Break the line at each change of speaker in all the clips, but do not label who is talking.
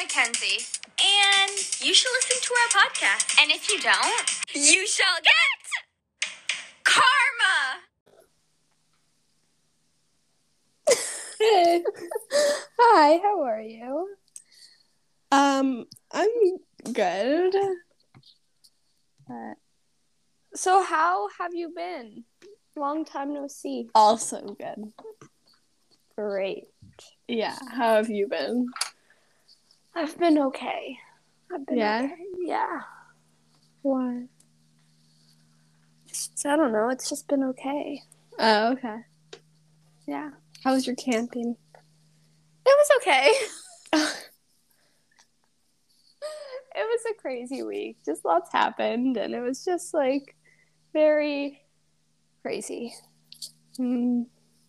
Mackenzie.
And you should listen to our podcast.
And if you don't,
You shall get karma.
Hi, how are you?
Um, I'm good.
Uh, So, how have you been? Long time no see.
Also good.
Great.
Yeah. How have you been?
I've been okay. I've been
Yeah?
okay. Yeah.
Why?
It's just- I don't know. It's just been okay.
Oh, okay.
Yeah.
How was your camping?
It was okay. it was a crazy week. Just lots happened, and it was just like very crazy. Mm,
Hmm.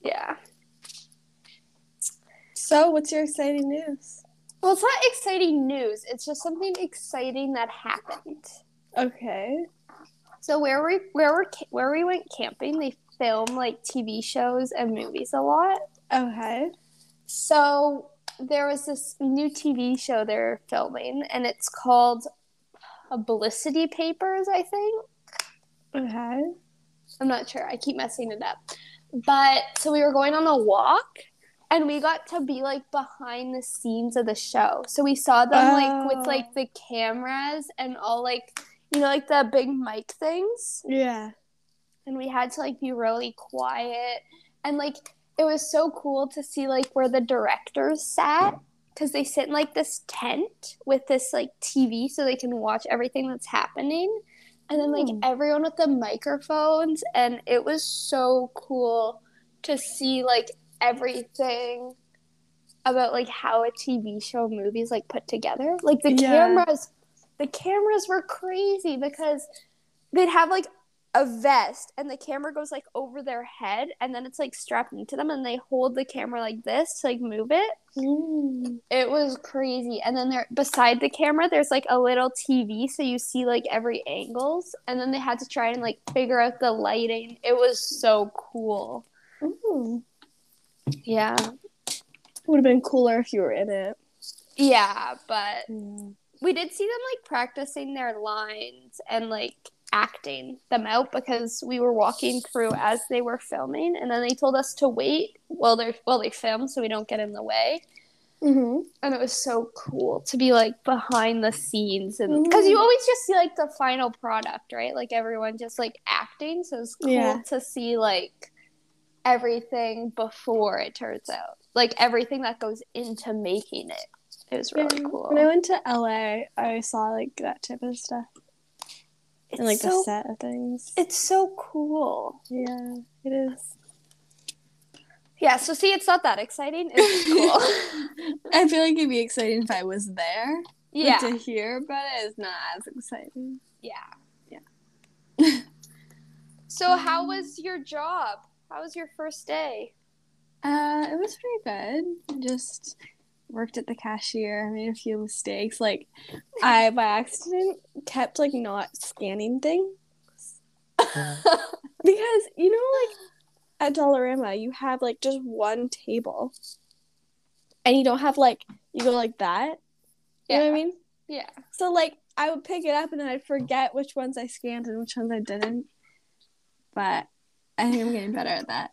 Yeah.
So, what's your exciting news?
Well, it's not exciting news. It's just something exciting that happened.
Okay.
So where we where we where we went camping, they film like TV shows and movies a lot.
Okay.
So there was this new TV show they're filming, and it's called Publicity Papers, I think.
Okay.
I'm not sure. I keep messing it up. But so we were going on a walk, and we got to be like behind the scenes of the show. So we saw them like with
Oh.
like the cameras and all like you know like the big mic things.
Yeah.
and we had to like be really quiet and like it was so cool to see like where the directors sat because they sit in like this tent with this like tv so they can watch everything that's happening and then like
Hmm.
everyone with the microphones and it was so cool to see like everything about like how a tv show movie is like put together like the
Yeah.
cameras the cameras were crazy because they'd have like a vest and the camera goes like over their head and then it's like strapped into them and they hold the camera like this to like move it it was crazy and then there beside the camera there's like a little tv so you see like every angles and then they had to try and like figure out the lighting it was so cool yeah
Would have been cooler if you were in it.
yeah but
Mm-hmm.
we did see them like practicing their lines and like acting them out because we were walking through as they were filming and then they told us to wait while they're while they film so we don't get in the way
Mm-hmm.
and it was so cool to be like behind the scenes and because
Mm-hmm.
you always just see like the final product right like everyone just like acting so it's cool
Yeah.
to see like everything before it turns out like everything that goes into making it it was really cool
When I went to LA, I saw like that type of stuff
It's
and like
so
the set of things.
It's so cool.
yeah, it is.
Yeah, so see, it's not that exciting. It's just cool.
I feel like it'd be exciting if I was there. like,
yeah.
to hear, but it's not as exciting.
Yeah.
Yeah.
so, how was your job? How was your first day?
Uh, it was pretty good. I just worked at the cashier. I made a few mistakes. Like, I by accident kept like not scanning things because you know, like at Dollarama, you have like just one table, and you don't have like you go like that. You know what I mean?
Yeah.
So like I would pick it up and then I'd forget which ones I scanned and which ones I didn't. But I think I'm getting better at that.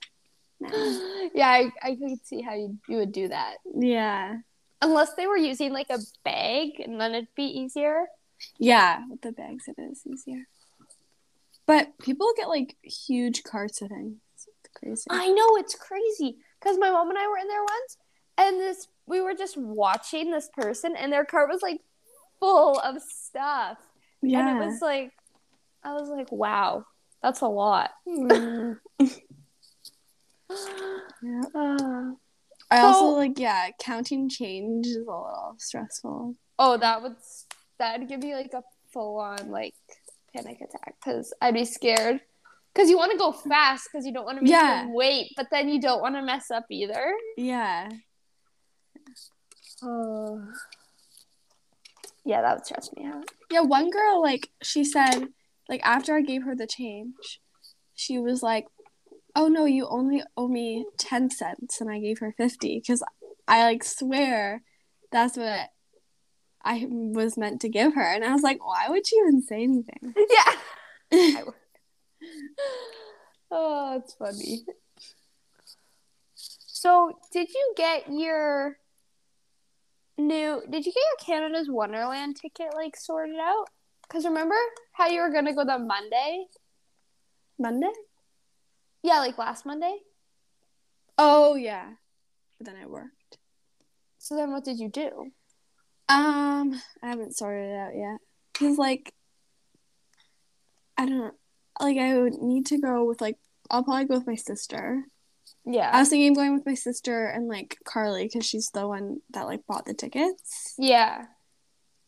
now.
Yeah, I, I could see how you, you would do that.
Yeah.
Unless they were using like a bag and then it'd be easier.
Yeah, with the bags it is easier. But people get like huge carts of things. It's crazy.
I know it's crazy because my mom and I were in there once, and this we were just watching this person, and their cart was like full of stuff,
yeah.
and it was like, I was like, wow, that's a lot.
Mm, yeah. I
So-
also like yeah, counting change is a little stressful.
oh, that would s- that'd give me like a full on like panic attack because I'd be scared. Because you want to go fast because you don't want to make
Yeah.
them wait, but then you don't want to mess up either.
Yeah.
Oh. Yeah, that would stress me out.
Yeah, one girl like she said like after I gave her the change, she was like, "Oh no, you only owe me 10 cents." And I gave her 50 cuz I like swear that's what I was meant to give her. And I was like, why would she even say anything?
Yeah. Oh, it's funny. So, did you get your new? Did you get your Canada's Wonderland ticket like sorted out? Because remember how you were gonna go that Monday?
Monday?
Yeah, like last Monday.
Oh, yeah. But then I worked.
So then, what did you do?
Um, I haven't sorted it out yet. Cause like, I don't like. I would need to go with like. I'll probably go with my sister. I
Yeah.
was thinking of going with my sister and like Carly because she's the one that like bought the tickets.
Yeah.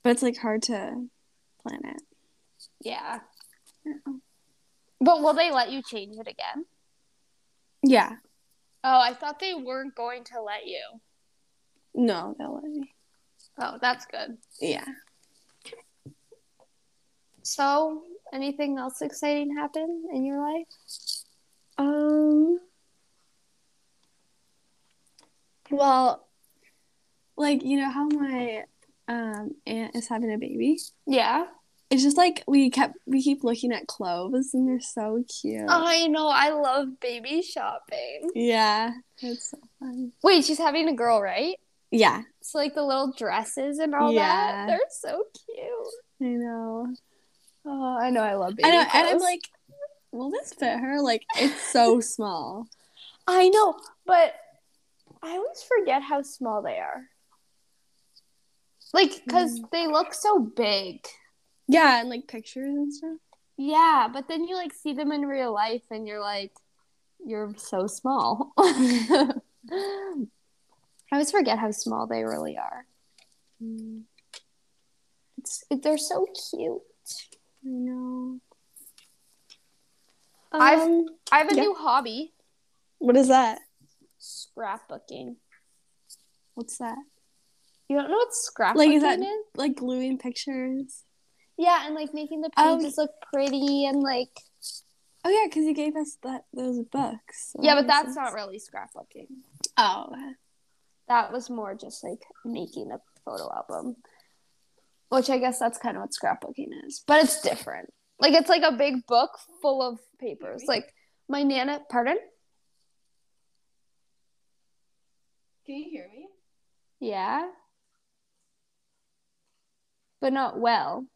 But it's like hard to plan it.
Yeah. But will they let you change it again?
Yeah.
Oh, I thought they weren't going to let you.
No, they'll let me.
Oh, that's good.
Yeah.
So, anything else exciting happen in your life?
Um. Well, like you know how my um aunt is having a baby.
Yeah.
It's just like we kept we keep looking at clothes and they're so cute.
I know. I love baby shopping.
Yeah, it's so fun.
Wait, she's having a girl, right?
Yeah,
So like the little dresses and all
Yeah.
that. They're so cute.
I know.
Oh, I know. I love baby.
I know, and I'm
clothes.
like, will this fit her? Like, it's so small.
I know, but I always forget how small they are. Like, cause they look so big.
Yeah, and like pictures and stuff.
Yeah, but then you like see them in real life and you're like, you're so small. I always forget how small they really are.
Mm,
It's, they're so cute.
I know.
I've-
Um,
I have a
Yeah.
new hobby
what is that?
scrapbooking.
What's that?
You don't know what scrapbooking
Like,
like, is?
is that- Like gluing pictures.
Yeah, and like making the
Oh,
pages look pretty and like.
Oh yeah, because you gave us that those books. so
Yeah,
that
but
makes
that's
sense.
not really scrapbooking.
Oh,
That was more just like making a photo album, which I guess that's kind of what scrapbooking is, but it's different. Like it's like a big book full of papers. Like my nana, pardon?
Can you hear me?
Yeah. But not well.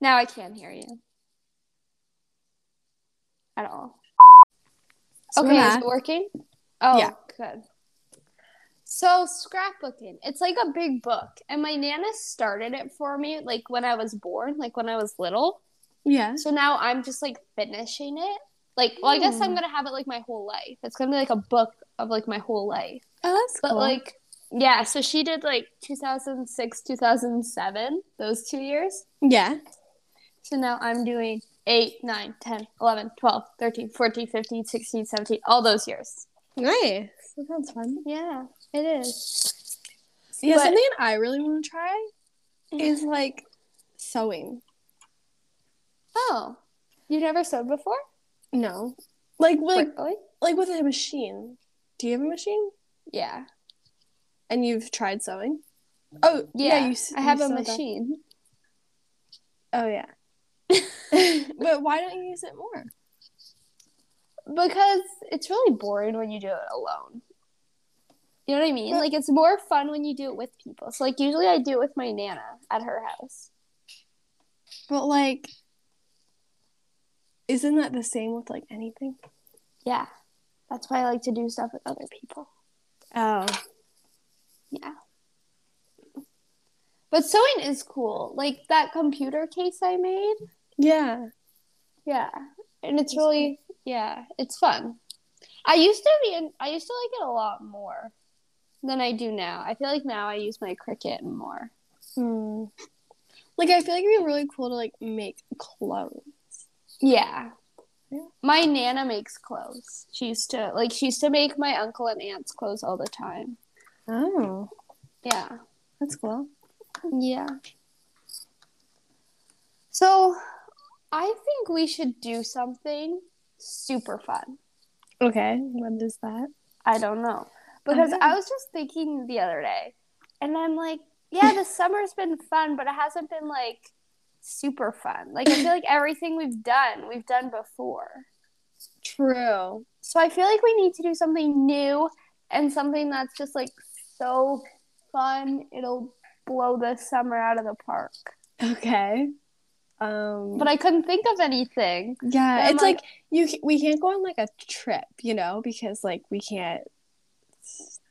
Now I can hear you. At all.
So
okay, is
yeah.
it working? Oh,
Yeah.
good. So, scrapbooking, it's like a big book. And my Nana started it for me, like when I was born, like when I was little.
yeah.
So now I'm just like finishing it. Like, well, I guess I'm
Hmm.
going to have it like my whole life. It's going to be like a book of like my whole life.
Oh, that's
But
cool.
like, yeah, so she did like 2006, 2007, those two years.
yeah.
So now I'm doing 8, 9, 10, 11, 12, 13, 14, 15, 16, 17, all those years.
Nice. That sounds fun.
Yeah, it is.
Yeah,
But-
something I really want to try is like sewing.
Oh, you never sewed before? oh,
No, like like
really?
like with a machine. Do you have a machine?
Yeah.
And you've tried sewing? Oh
Yeah,
you, s-
I
you
have a
sewed that.
machine.
Oh yeah. but why don't you use it more?
Because it's really boring when you do it alone. You know what I mean?
But-
Like, it's more fun when you do it with people. So, like, usually I do it with my Nana at her house.
But like, isn't that the same with like anything?
Yeah. That's why I like to do stuff with other people.
Oh
Yeah. But sewing is cool. Like that computer case I made.
yeah.
Yeah. And it's
That's
really yeah, it's fun. I used to be in, I used to like it a lot more than I do now. I feel like now I use my Cricut more.
Hmm. Like I feel like it'd be really cool to like make clothes.
Yeah.
Yeah.
My nana makes clothes. She used to like she used to make my uncle and aunt's clothes all the time.
Oh,
Yeah.
that's cool.
Yeah. So I think we should do something super fun.
Okay, what is that?
I don't know. Because
Okay.
I was just thinking the other day, and I'm like, yeah, the summer's been fun, but it hasn't been like super fun. Like I feel like everything we've done, we've done before.
True.
So I feel like we need to do something new and something that's just like so fun. It'll blow the summer out of the park.
Okay. Um,
But I couldn't think of anything.
yeah,
I'm
it's
like-
like, you ca- we can't go on like a trip, you know, because like we can't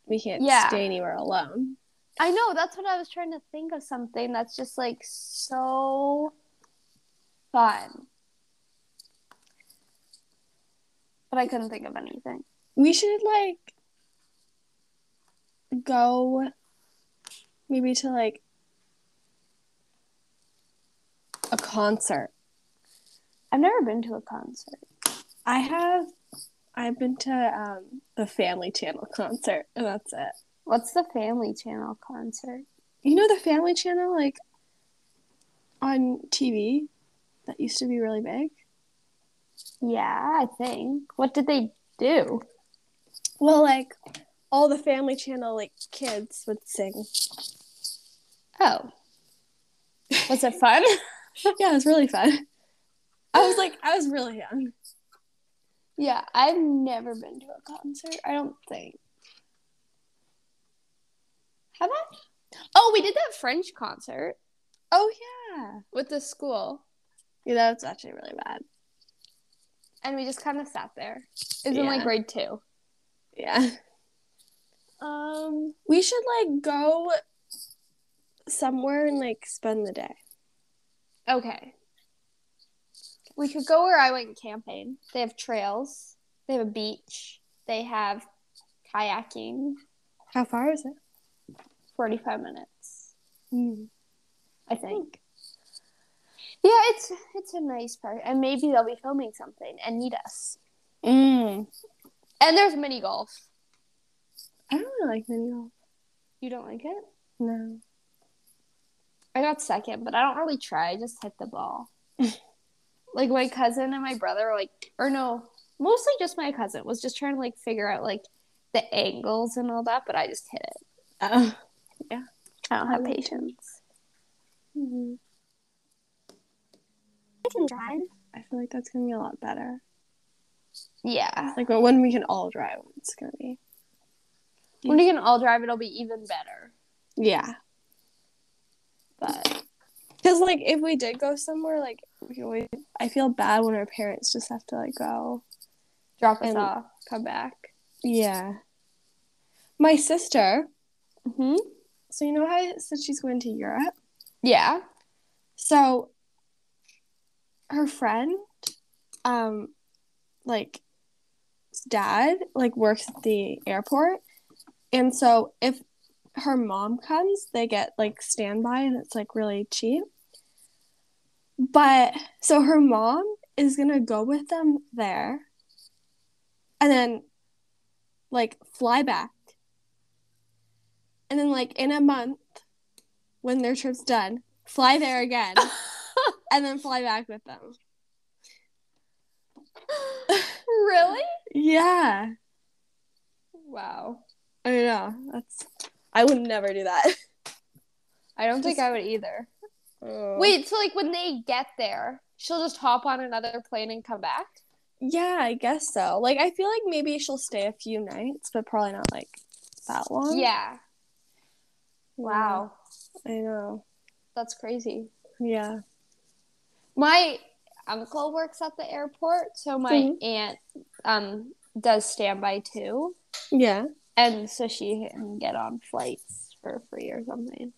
we can't
Yeah.
stay anywhere alone.
I know that's what I was trying to think of something that's just like so fun. But I couldn't think of anything.
We should like go maybe to like a concert.
I've never been to a concert.
I have I've been to um the Family Channel concert and that's it.
What's the Family Channel concert?
You know the Family Channel like on TV that used to be really big?
Yeah, I think. What did they do?
Well, like all the Family Channel like kids would sing.
Oh. Was it fun?
yeah, it was really fun. I was like I was really young.
yeah, I've never been to a concert, I don't think. Have I? Oh, we did that French concert
Oh yeah.
with the school.
Yeah, that was actually really bad.
and we just kind of sat there. It was in like
Yeah.
grade two.
Yeah.
Um,
We should like go somewhere and like spend the day.
okay. We could go where I went camping. They have trails. They have a beach. They have kayaking.
How far is it?
Forty-five minutes,
Mm.
I think. Yeah, it's it's a nice park, and maybe they'll be filming something and need us.
Mm.
And there's mini golf.
I don't really like mini golf.
You don't like it?
No.
I got second, but I don't really try. I just hit the ball. like my cousin and my brother, were like, or no, mostly just my cousin was just trying to like figure out like the angles and all that, but I just hit it.
Oh.
I don't have patience.
Mm-hmm.
I can drive.
I feel like that's gonna be a lot better.
Yeah,
Like but when we can all drive, it's gonna be.
when we can all drive, it'll be even better.
Yeah.
But
Because like if we did go somewhere, like we could always, I feel bad when our parents just have to like go.
drop us
And-
off, come back.
Yeah. My sister.
Mm-hmm.
So you know how I said she's going to Europe.
Yeah.
So her friend, um, like his dad, like works at the airport, and so if her mom comes, they get like standby, and it's like really cheap. But so her mom is gonna go with them there, and then like fly back, and then like in a month, when their trip's done, fly there again and then fly back with them.
really?
Yeah.
Wow.
I know. That's I would never do that.
I don't think
Just-
I would either. Wait, so like when they get there, she'll just hop on another plane and come back?
Yeah, I guess so. Like I feel like maybe she'll stay a few nights, but probably not like that long.
Yeah. Wow.
I know.
That's crazy.
Yeah.
My uncle works at the airport, so my
Mhm.
aunt um does standby too.
Yeah.
And so she can get on flights for free or something.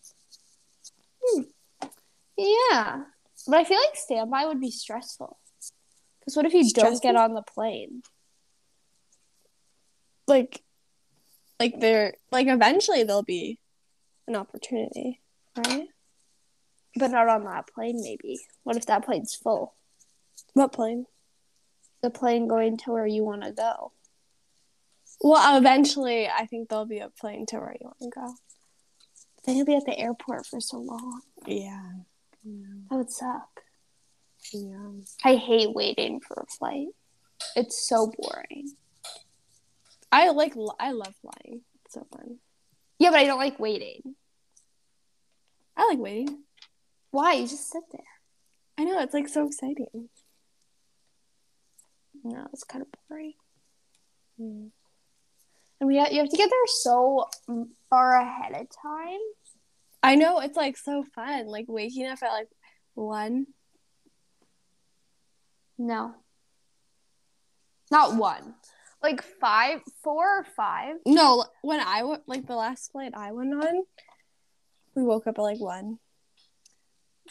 Hmm. Yeah. But I feel like standby would be stressful. Because what if you don't get
Stressful?
on the plane?
Like like they're like eventually there'll be an opportunity, right?
But not on that plane, maybe. What if that plane's full?
What plane?
the plane going to where you want to go.
Well, eventually I think there'll be a plane to where you want to go.
Then you'll be at the airport for so long.
Yeah.
That would suck.
Yeah.
I hate waiting for a flight. It's so boring.
I like I love flying. It's so fun.
Yeah, but I don't like waiting.
like waiting.
Why? You just sit there.
I know it's like so exciting.
No, it's kind of boring.
Hmm.
And we have, you have to get there so mm, far ahead of time.
I know it's like so fun. Like waking up at like one.
No. Not one. Like five, four or five.
No, when I went like the last flight I went on, we woke up at like one.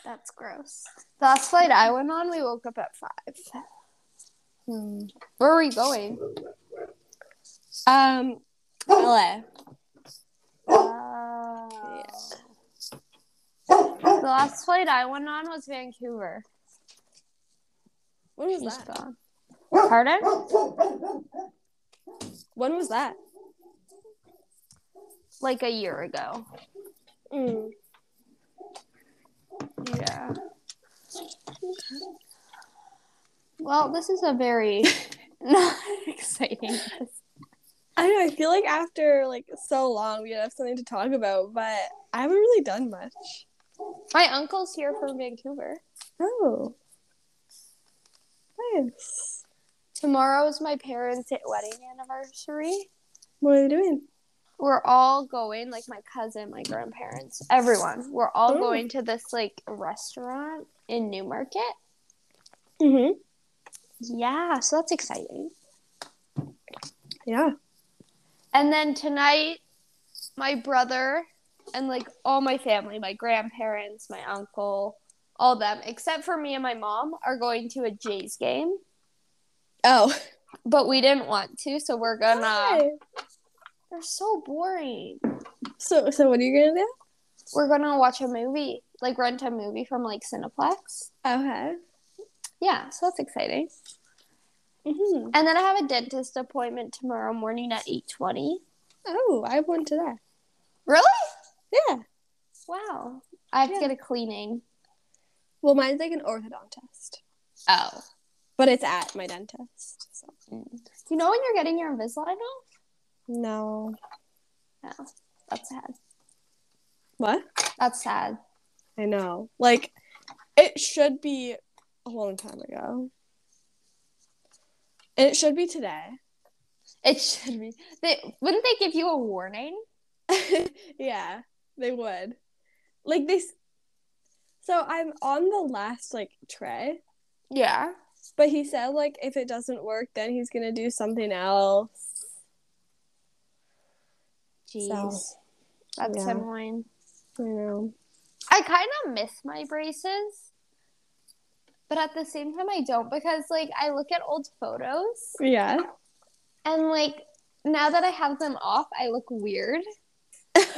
That's gross. The last flight I went on, we woke up at five. Hmm. Where were we going?
Um, LA.
Oh. The last flight I went on was Vancouver.
When was
Just
that?
gone. Pardon?
When was that?
Like a year ago.
Hmm.
Yeah. Well, this is a very not exciting.
I know. I feel like after like so long, we have something to talk about, but I haven't really done much.
My uncle's here from Vancouver.
Oh, nice.
Tomorrow's my parents' wedding anniversary.
What are they doing?
We're all going, like my cousin, my grandparents, everyone. We're all
Ooh.
going to this like restaurant in Newmarket.
Mm-hmm.
Yeah, so that's exciting.
Yeah.
And then tonight, my brother and like all my family, my grandparents, my uncle, all them, except for me and my mom, are going to a Jays game.
Oh,
But we didn't want to, so we're gonna.
Hi.
They're so boring.
So, so what are you gonna do?
We're gonna watch a movie, like rent a movie from like Cineplex.
Okay.
Yeah, so that's exciting.
Mm-hmm.
And then I have a dentist appointment tomorrow morning at eight twenty.
Oh, I have one today.
Really?
Yeah.
Wow. I have
Yeah.
to get a cleaning.
Well, mine's like an orthodontist,
Oh.
but it's at my dentist. So.
You know when you're getting your Invisalign off?
No.
No, that's sad.
What?
That's sad.
I know. Like, it should be a long time ago. And it should be today.
It should be. They wouldn't they give you a warning?
yeah, they would. Like, they. s- So I'm on the last, like, tray,
Yeah.
but he said, like, if it doesn't work, then he's gonna do something else.
Jeez,
So,
that's
yeah.
annoying.
I know.
I kind of miss my braces, but at the same time, I don't because like I look at old photos
Yeah.
and like now that I have them off, I look weird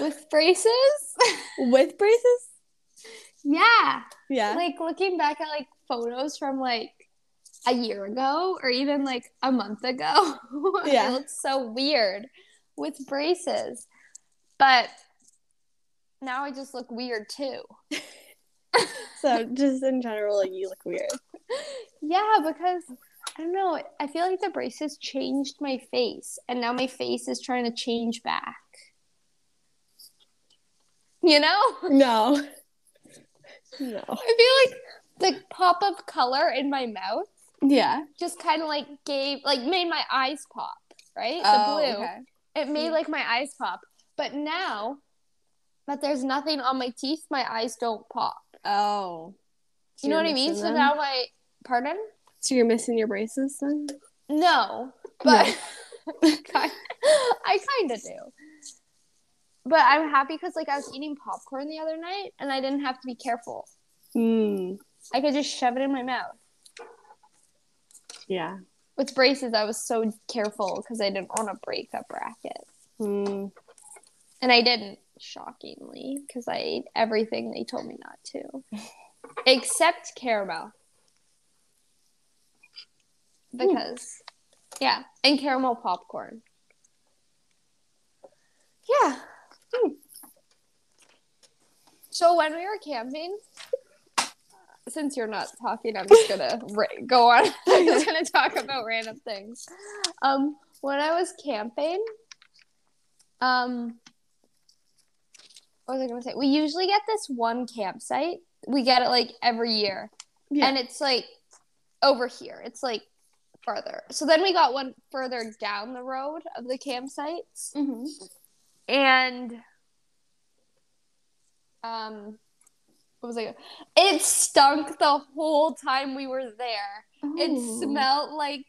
with braces.
With braces?
yeah,
Yeah.
like looking back at like photos from like a year ago or even like a month ago.
Yeah.
I looked so weird with braces. But now I just look weird too.
so just in general, like, you look weird.
Yeah, because I don't know. I feel like the braces changed my face and now my face is trying to change back. You know?
No. No.
I feel like the pop of color in my mouth
Yeah.
just kind of like gave like made my eyes pop right
Oh,
the blue it made like my eyes pop but now that there's nothing on my teeth my eyes don't pop
Oh.
you know what i mean so now my pardon
So you're missing your braces then?
no but Kind- i kind of do but i'm happy because like i was eating popcorn the other night and i didn't have to be careful
Mm.
i could just shove it in my mouth
Yeah.
with braces i was so careful because i didn't want to break a bracket
Mm.
And I didn't, shockingly, because I ate everything they told me not to, except caramel. Because, yeah, and caramel popcorn. Yeah. Hmm. So when we were camping, uh, since you're not talking, I'm just gonna ra- go on. I'm just gonna talk about random things. Um, when I was camping, um, what was I gonna say? We usually get this one campsite. We get it like every year,
Yeah.
and it's like over here. It's like farther. So then we got one further down the road of the campsites,
Mm-hmm.
and um, what was I? Gonna... It stunk the whole time we were there. It smelled like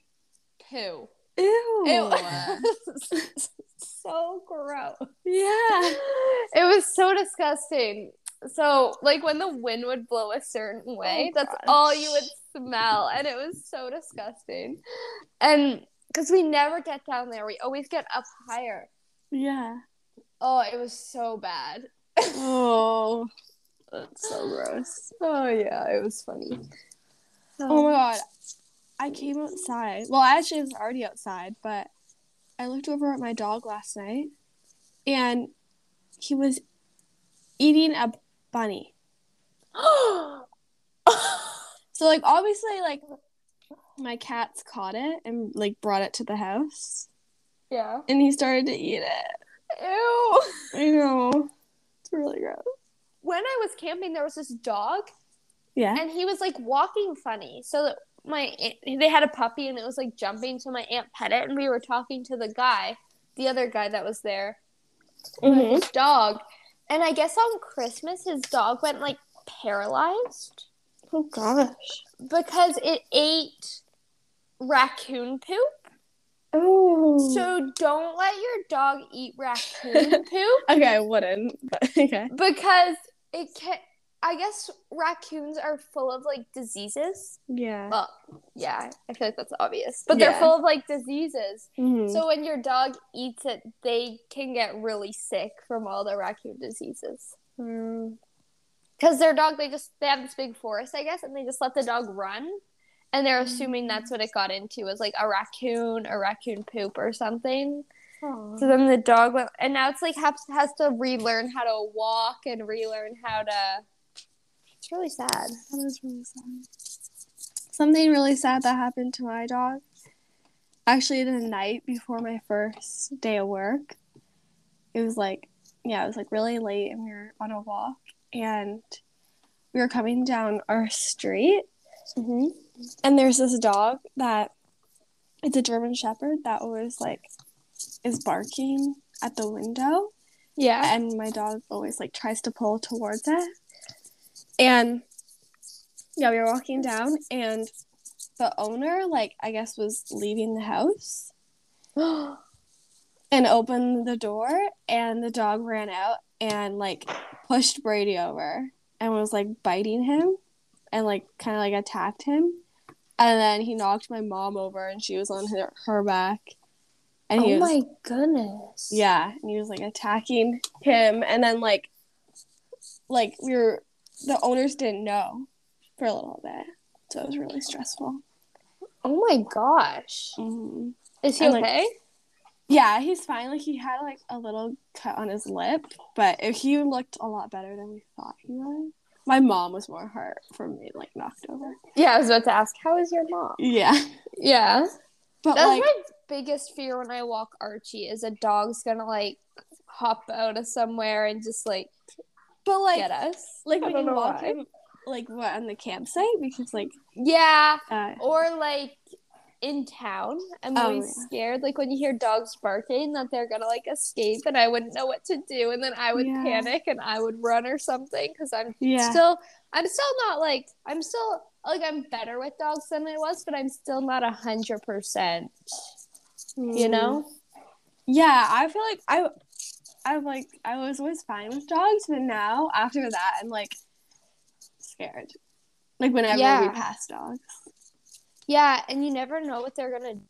poo.
Oh. Ew.
It was so gross.
yeah.
it was so disgusting. So, like when the wind would blow a certain way,
Oh,
that's
gosh.
all you would smell, and it was so disgusting. And because we never get down there, we always get up higher.
Yeah.
Oh, it was so bad.
Oh. That's so gross.
Oh yeah, it was funny.
Oh my god. I came outside. Well, I actually was already outside, but I looked over at my dog last night and he was eating a bunny.
god.
So like obviously like my cats caught it and like brought it to the house
yeah.
and he started to eat it.
Ew.
I know. It's really gross.
When I was camping, there was this dog,
Yeah.
and he was like walking funny. So that my aunt- they had a puppy, and it was like jumping. So my aunt pet it, and we were talking to the guy, the other guy that was there,
Mhm.
his dog. And I guess on Christmas, his dog went like paralyzed
Oh gosh.
because it ate raccoon poop.
Oh.
So don't let your dog eat raccoon poop
okay, I wouldn't. But okay.
because it can. I guess raccoons are full of like diseases.
Yeah.
Well, yeah, I feel like that's obvious. But they're
Yeah.
full of like diseases.
Mhm.
So when your dog eats it, they can get really sick from all the raccoon diseases.
Mm.
Because their dog, they just they have this big forest, I guess, and they just let the dog run, and they're assuming that's what it got into was like a raccoon or raccoon poop or something. So then the dog went, and now it's like has, has to relearn how to walk and relearn how to. It's really sad.
That was really sad. Something really sad that happened to my dog. Actually, the night before my first day of work, it was like, yeah, it was like really late, and we were on a walk, and we were coming down our street,
Mm-hmm.
and there's this dog that it's a German Shepherd that always like is barking at the window,
Yeah.
and my dog always like tries to pull towards it. And yeah, we were walking down, and the owner, like I guess, was leaving the house and opened the door, and the dog ran out and like pushed Brady over and was like biting him and like kind of like attacked him. And then he knocked my mom over, and she was on her, her back. And he
oh
was
my goodness.
yeah, and he was like attacking him, and then like, like we were the owners didn't know for a little bit, so it was really stressful.
Oh my gosh. Is he
And, like,
okay?
Yeah, he's fine. Like he had like a little cut on his lip, but it- he looked a lot better than we thought he would. My mom was more hurt from being like knocked over.
yeah, I was about to ask, how is your mom?
Yeah,
Yeah.
but
That's
like,
my biggest fear when I walk Archie is a dog's gonna like hop out of somewhere and just like,
but like,
get us.
like
I
when
don't
you
know
walk
why.
him, like what on the campsite because like,
Yeah.
uh,
Or like in town. I'm
Oh,
always
yeah.
scared, like when you hear dogs barking that they're gonna like escape and I wouldn't know what to do and then I would
Yeah.
panic and I would run or something because I'm
yeah,
still i'm still not like i'm still like i'm better with dogs than i was but i'm still not a hundred percent you
Mm-hmm.
know
Yeah, I feel like I, I'm like I was always fine with dogs, but now after that, I'm like scared. Like whenever
Yeah.
we pass dogs.
yeah and you never know what they're gonna do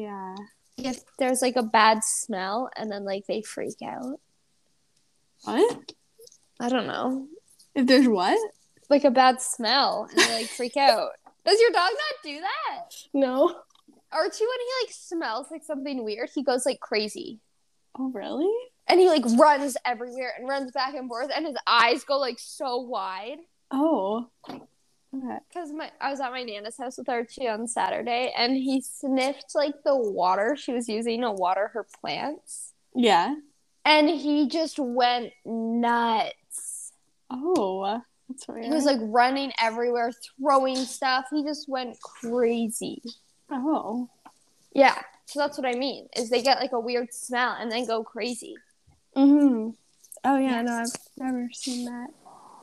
Yeah.
if there's like a bad smell and then like they freak out
What?
i don't know
If there's what?
like a bad smell and they like freak out does your dog not do that
No.
archie when he like smells like something weird he goes like crazy
Oh really?
and he like runs everywhere and runs back and forth and his eyes go like so wide
Oh. Okay.
because my I was at my nana's house with Archie on Saturday, and he sniffed like the water she was using to water her plants,
Yeah.
and he just went nuts.
Oh, that's weird.
He was like running everywhere, throwing stuff. He just went crazy.
oh,
Yeah. So that's what I mean. Is they get like a weird smell and then go crazy.
mm-hmm. Oh yeah, no, I've never seen that.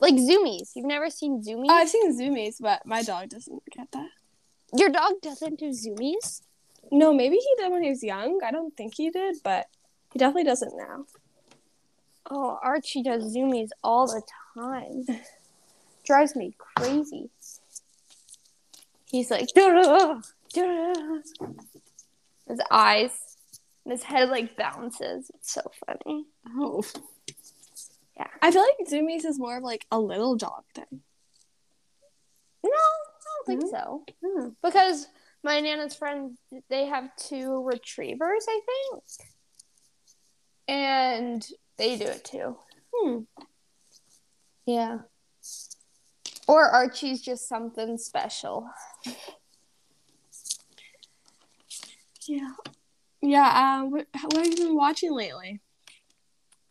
Like zoomies. You've never seen zoomies?
Oh, I've seen zoomies, but my dog doesn't get that.
Your dog doesn't do zoomies?
No, maybe he did when he was young. I don't think he did, but he definitely doesn't now.
Oh, Archie does zoomies all the time. Drives me crazy. He's like, "Duh-duh, duh-duh." his eyes, and his head like bounces. It's so funny.
Oh,
Yeah.
I feel like zoomies is more of like a little dog thing.
No, I don't think so. Because my nana's friends, they have two retrievers, I think, and they do it too.
Hmm.
Yeah. Or Archie's just something special.
Yeah. Yeah. Um. What, what have you been watching lately?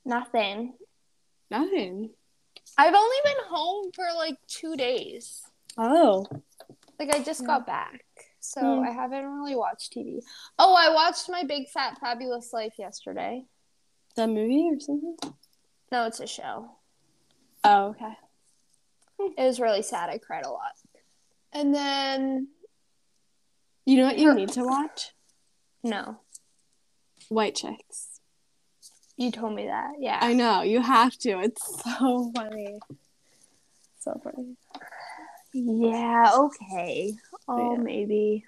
Nothing.
Nothing.
I've only been home for like two days.
Oh.
Like I just got back. So
Mm.
I haven't really watched TV. Oh, I watched My Big Fat Fabulous Life yesterday.
The movie or something?
No, it's a show.
Oh, okay.
It was really sad. I cried a lot. And then
You know what you need to watch?
no,
White Chicks.
you told me that. Yeah.
I know you have to. It's so funny.
so funny. Yeah, okay. Oh,
Yeah.
maybe.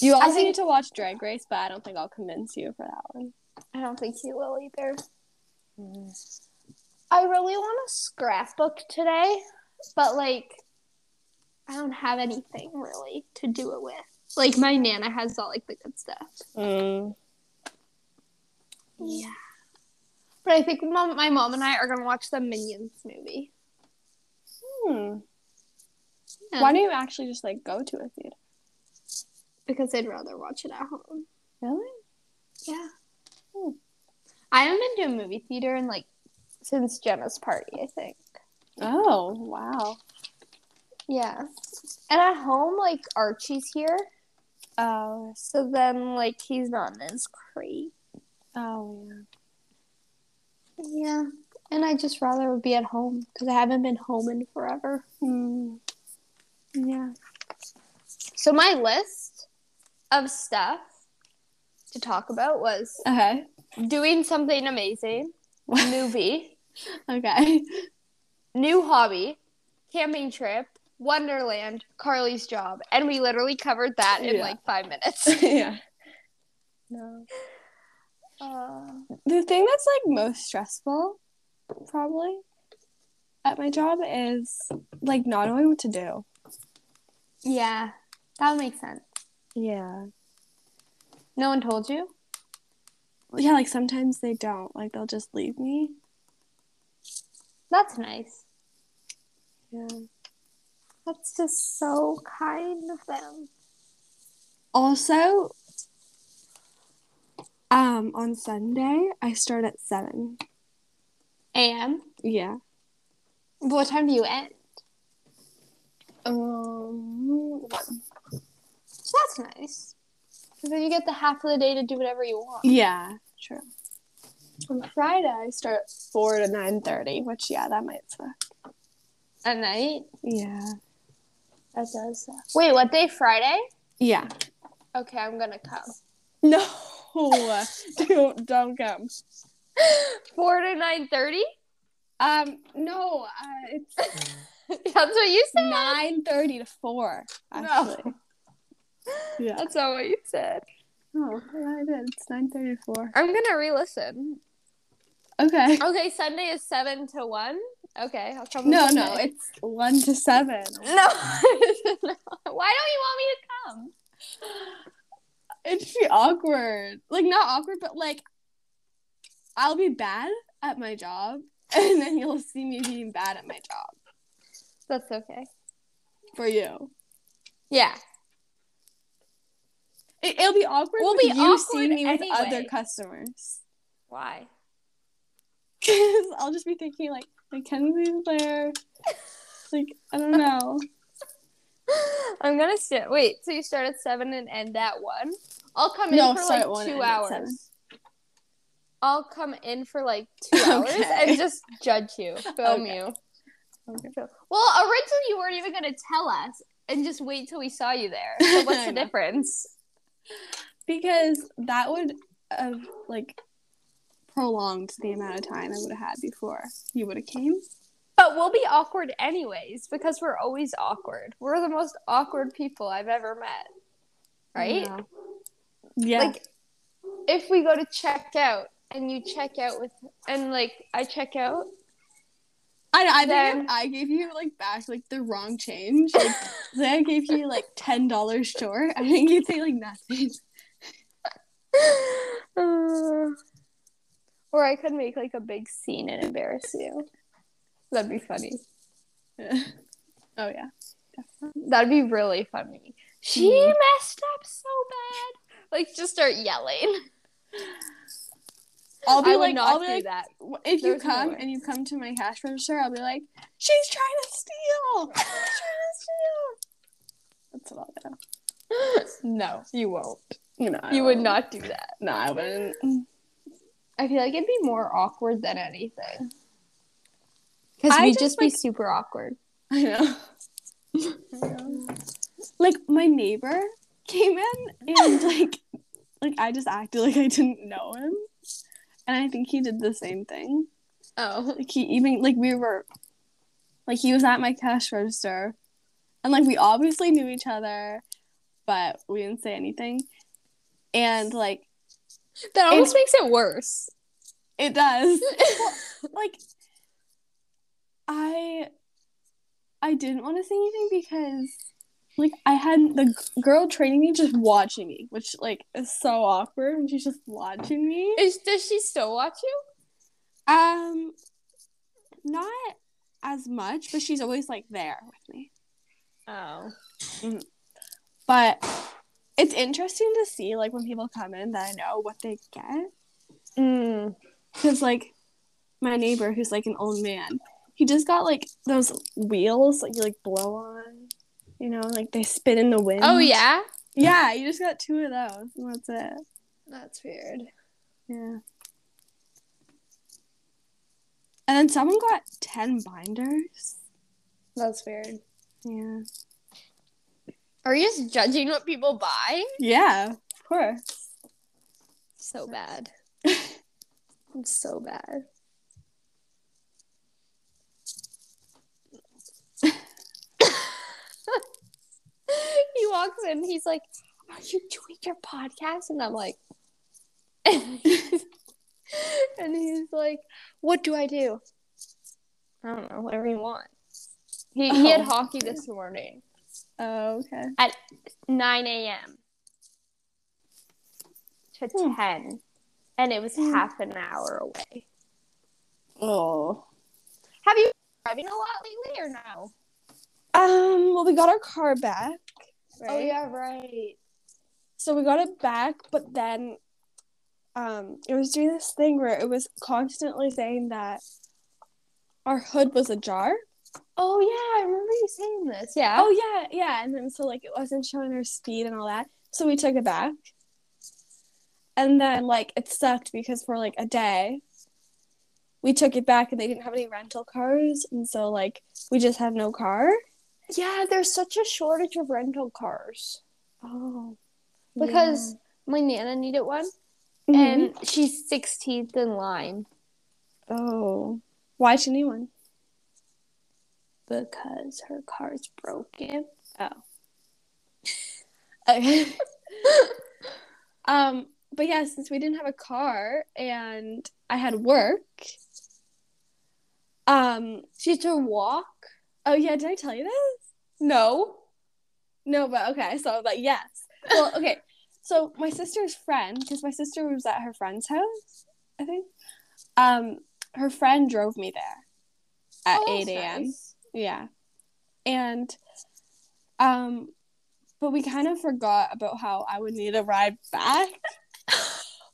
You also
think-
need to watch Drag Race, but I don't think I'll convince you for that one.
I don't think you will either. I really want a scrapbook today, but like I don't have anything really to do it with. Like my nana has all like the good stuff.
Mm.
Yeah. But I think mom, my mom and I are gonna watch the Minions movie.
Hmm.
Yeah.
Why don't you actually just like go to a theater?
Because I'd rather watch it at home.
Really?
Yeah.
Hmm.
I haven't been to a movie theater in like since Jenna's party, I think.
Oh wow.
Yeah. And at home, like Archie's here.
Oh.
So then like he's not as crazy.
Oh yeah.
Yeah. And I just rather would be at home because I haven't been home in forever.
Hmm.
Yeah. So my list of stuff to talk about was
Okay.
doing something amazing, movie,
okay.
new hobby, camping trip, Wonderland, Carly's job, and we literally covered that in
Yeah.
like five minutes.
yeah. No.
Uh,
The thing that's like most stressful, probably, at my job is like not knowing what to do.
yeah, that makes sense.
Yeah.
No one told you?
Yeah, like sometimes they don't. Like they'll just leave me.
That's nice.
Yeah.
That's just so kind of them.
Also, um, on Sunday I start at seven.
Am?
Yeah.
But What time do you end?
Um.
So that's nice. Because then you get the half of the day to do whatever you want.
Yeah. True. On Friday I start at four to nine thirty, which yeah, that might suck.
At night?
Yeah.
That does. Wait, what day? Friday?
Yeah.
Okay, I'm gonna come.
No. don't don't come.
Four to nine thirty?
Um. No. Uh, it's
That's what you said.
nine thirty to four.
No.
Actually. Yeah.
That's not what you said.
Oh, yeah, I did. It's nine thirty to four.
I'm gonna re-listen.
Okay.
Okay, Sunday is seven to one. Okay, I'll come. on
No,
Sunday.
no, it's one to seven.
no. no. Why don't you want me
It'd be awkward. Like not awkward, but like I'll be bad at my job, and then you'll see me being bad at my job
to come? That's okay.
for you.
Yeah.
It, it'll be awkward.
We'll
when
be
you
awkward
see me with other
anyway.
customers
Why?
Because I'll just be thinking like Mackenzie Blair. Like I don't know.
I'm gonna start. Wait, so you start at seven and end at one? I'll come in
No,
for
start
like
at one,
two
end at seven.
hours. I'll come in for like two hours
Okay.
and just judge you, film
Okay.
you.
Okay.
Well, originally you weren't even gonna tell us, and just wait till we saw you there. So what's
I
the
know.
difference?
Because that would have like prolonged the amount of time I would have had before you would have came.
But we'll be awkward anyways because we're always awkward. We're the most awkward people I've ever met. Right?
Yeah. Yeah.
Like if we go to check out and you check out with and like I check out
I know, I think
Then-
if I gave you like back like the wrong change. Like, say I gave you like ten dollars short. I think you'd say like nothing.
Uh, or I could make like a big scene and embarrass you. That'd be funny.
oh yeah.
That'd be really funny. She
Mhm.
messed up so bad. Like just start yelling.
I'll be
I would
like,
not
I'll
do
be like,
that.
w- if you
There's no
come
way.
and you come to my cash register, I'll be like, she's trying to steal. She's trying to steal. That's what I'll do.
no, you won't.
You know, I
You would
wouldn't.
not do that.
No, I wouldn't.
I feel like it'd be more awkward than anything. Because
I
we'd
just,
just, be super awkward.
I know. like my neighbor came in and like like I just acted like I didn't know him. And I think he did the same thing.
Oh.
Like he even like we were like he was at my cash register and like we obviously knew each other but we didn't say anything. And like
That almost
almost
makes it worse.
it does. like I I didn't want to say anything because like I had the g- girl training me just watching me, which like is so awkward and she's just watching me.
Is, does she still watch you?
Um not as much, but she's always like there with me.
Oh.
But it's interesting to see like when people come in that I know what they get.
Mm.
Because, like, my neighbor, who's like an old man, he just got like those wheels that you like blow on, you know, like they spin in the wind.
Oh yeah.
Yeah, you just got two of those, and that's it.
That's weird.
Yeah. And then someone got 10 binders.
That's weird.
Yeah.
Are you just judging what people buy?
Yeah, of course.
So bad. it's so bad. he walks in, he's like, Are you doing your podcast? And I'm like, And he's like, What do I do? I don't know, whatever you want. He, he had
Oh.
hockey this morning,
Oh, okay.
9 a.m. to
Hmm.
10, and it was
Hmm.
half an hour away.
Oh.
Have you been driving a lot lately or no?
Um, well, we got our car back.
Oh yeah, right.
So we got it back, but then um, it was doing this thing where it was constantly saying that our hood was ajar.
Oh yeah, I remember you saying this. Yeah.
Oh yeah, yeah. And then so like it wasn't showing our speed and all that. So we took it back. And then like it sucked because for like a day we took it back and they didn't have any rental cars and so like we just had no car.
yeah, there's such a shortage of rental cars
Oh.
because my nana needed one, Mm-hmm.
Mm-hmm.
and she's 16th in line
oh. Why should anyone?
because her car's broken.
Okay. um, but yeah, since we didn't have a car and I had work, um,
She had to walk.
oh yeah, did I tell you this?
No.
No, but okay, so I was like, yes. Well, okay, so my sister's friend, because my sister was at her friend's house, I think. Um, her friend drove me there at
Oh,
eight
that's
a.m.
nice.
Yeah. And um but we kind of forgot about how I would need a ride back.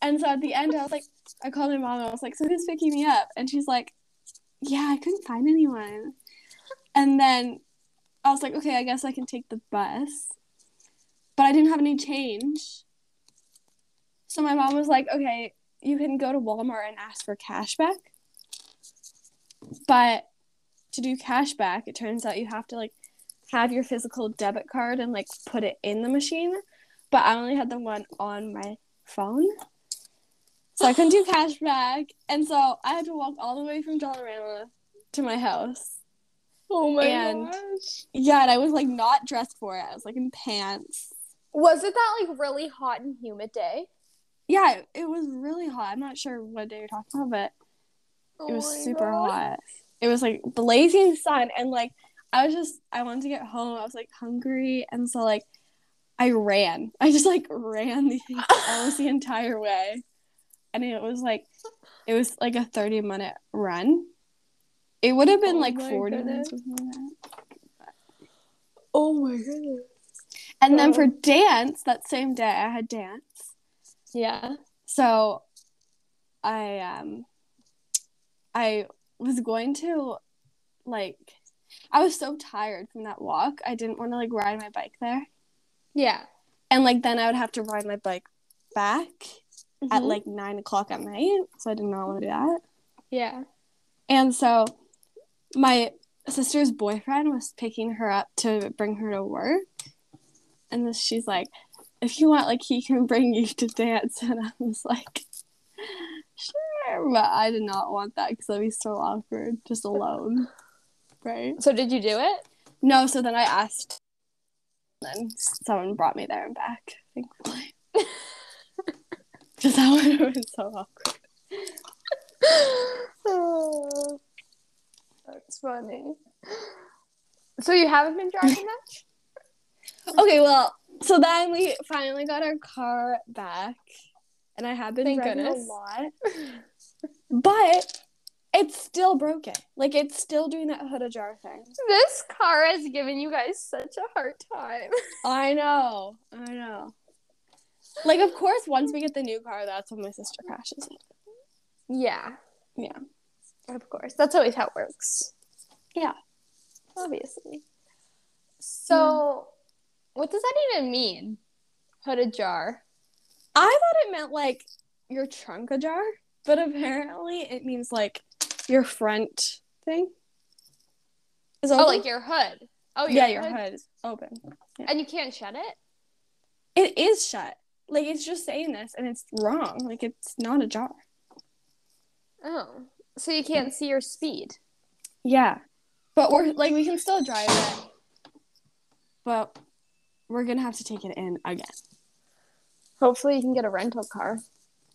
and so at the end I was like, I called my mom and I was like, somebody's picking me up. And she's like, yeah, I couldn't find anyone. And then I was like, okay, I guess I can take the bus. But I didn't have any change. So my mom was like, okay, you can go to Walmart and ask for cash back. But to do cash back, it turns out you have to like have your physical debit card and like put it in the machine. But I only had the one on my phone. So I couldn't do cash back. And so I had to walk all the way from Dollarama to my house.
Oh my
And-
gosh.
Yeah, and I was like not dressed for it. I was like in pants.
Was it that like really hot and humid day?
Yeah, it, it was really hot. I'm not sure what day you're talking about, but
Oh,
it
Oh
was super hot. It was like blazing sun and like I was just I wanted to get home. I was like hungry and so like I ran. I just like ran the almost the entire way. And it was like it was like a 30 minute run. It would have been
Oh
like
my
40 minutes.
goodness.
or something like that.
Oh my goodness.
And then
Oh.
for dance, that same day I had dance.
Yeah.
So I um I was going to like I was so tired from that walk. I didn't want to like ride my bike there.
Yeah.
And like then I would have to ride my bike back at
Mm-hmm.
Mhm.
like nine o'clock at night. So I did not want to do that.
Yeah.
And so my sister's boyfriend was picking her up to bring her to work. And then she's like, if you want, like, he can bring you to dance. And I was like, sure. But I did not want that because that'd be so awkward, just alone. Right?
So did you do it?
No, so then I asked. Then someone brought me there and back, thankfully. Because that would have been so awkward.
Oh, That's funny. So you haven't been driving much?
Okay, well, so then we finally got our car back, and I have been
Thank
driving
goodness.
a lot, but it's still broken. Like it's still doing that hood ajar thing.
this car has given you guys such a hard time.
I know, I know. Like, of course, once we get the new car, that's when my sister crashes it.
Yeah.
Yeah.
Of course. That's always how it works.
Yeah.
Obviously. So, Hmm. what does that even mean? Hood ajar.
I thought it meant like your trunk ajar, but apparently it means like your front thing. Is
Oh,
open.
like your hood. Oh,
yeah, your hood is open.
And you can't shut it?
It is shut. Like it's just saying this and it's wrong. Like it's not a jar.
Oh. So you can't see your speed.
Yeah. But we're like we can still drive it. But we're gonna have to take it in again.
Hopefully, you can get a rental car.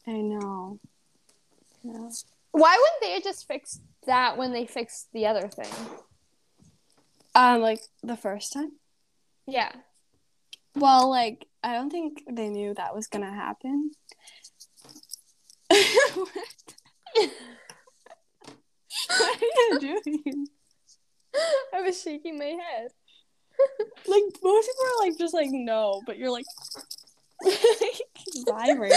I know.
Why wouldn't they just fix that when they fixed the other thing?
Um, like the first time?
Yeah.
Well, like, I don't think they knew that was gonna happen. what? what are you doing?
I was shaking my head.
Like most people are like just like no, but you're like vibrating.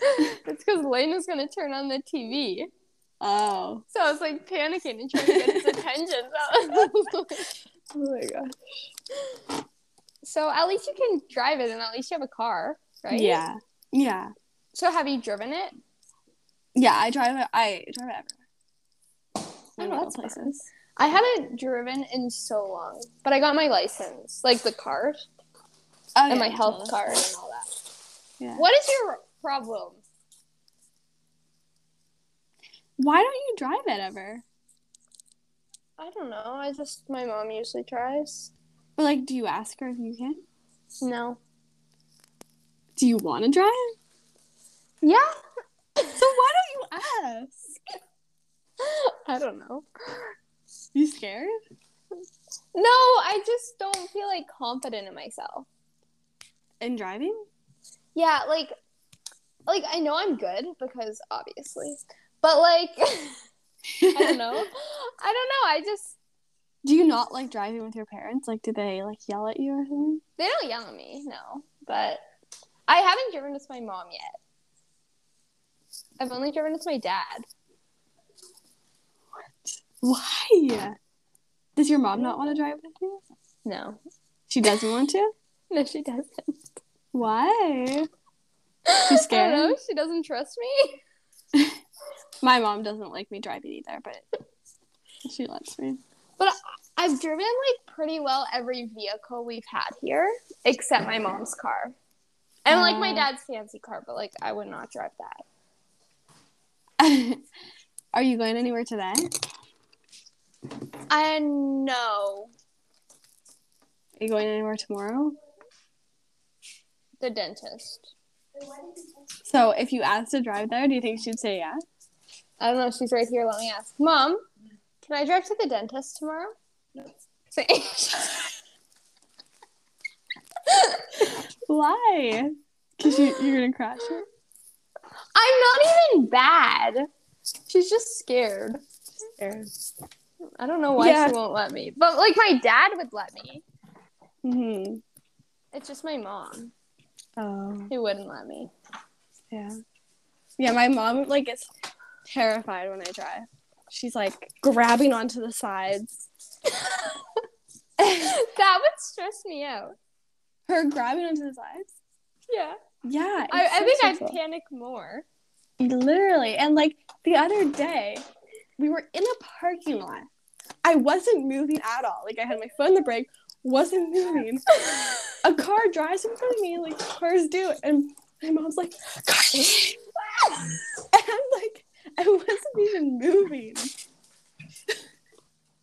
It's because Lane was going to turn on the TV.
Oh.
So I was like panicking and trying to get his attention. So,
Oh my god.
so at least you can drive it and at least you have a car, right?
Yeah. Yeah.
So have you driven it?
Yeah, I drive it I drive it everywhere.
Oh,
I know
that's fun.
places.
I haven't driven in so long, but I got my license, like the card
Oh,
and my
yeah,
health
totally.
card and all that.
Yeah.
What is your problem?
Why don't you drive it ever?
I don't know. I just my mom usually tries.
But like do you ask her if you can?
No.
Do you wanna drive?
Yeah.
So why don't you ask?
I don't know.
You scared?
No, I just don't feel like confident in myself.
In driving?
Yeah, like like I know I'm good because obviously. But like
I
I don't know. I don't know. I just
Do you not like driving with your parents? Like do they like yell at you or something?
they don't yell at me, no. But I haven't driven with my mom yet. I've only driven it to my dad.
Why? Does your mom not want to drive with you?
No,
She doesn't want to?
no, she doesn't.
Why? She's
I don't know.
scared.
She doesn't trust me.
My mom doesn't like me driving either, but she lets me.
I've driven like pretty well every vehicle we've had here, except my mom's car, and like my
Oh.
dad's fancy car. But like, I would not drive that.
Are you going anywhere today?
I know
Are you going anywhere tomorrow?
the dentist.
So if you asked to drive there, do you think she'd say yes?
I don't know. She's right here. Let me ask. Mom, can I drive to the dentist tomorrow? No.
Why? Because you, you're going to crash her?
I'm not even bad. She's just scared. I don't know why
Yeah.
she won't let me. But like my dad would let me.
Mm-hmm.
It's just my mom
Oh,
who wouldn't let me.
yeah. Yeah, my mom, like, gets terrified when I drive. She's, like, grabbing onto the sides.
that would stress me out.
Her grabbing onto the sides?
Yeah.
Yeah.
I,
it's
I think
so
I'd
stressful.
panic more.
Literally. And like the other day, we were in a parking lot. I wasn't moving at all. Like I had my foot on the brake, wasn't moving. a car drives in front of me, like cars do, and my mom's like, "Gosh!" and I'm like, I wasn't even moving.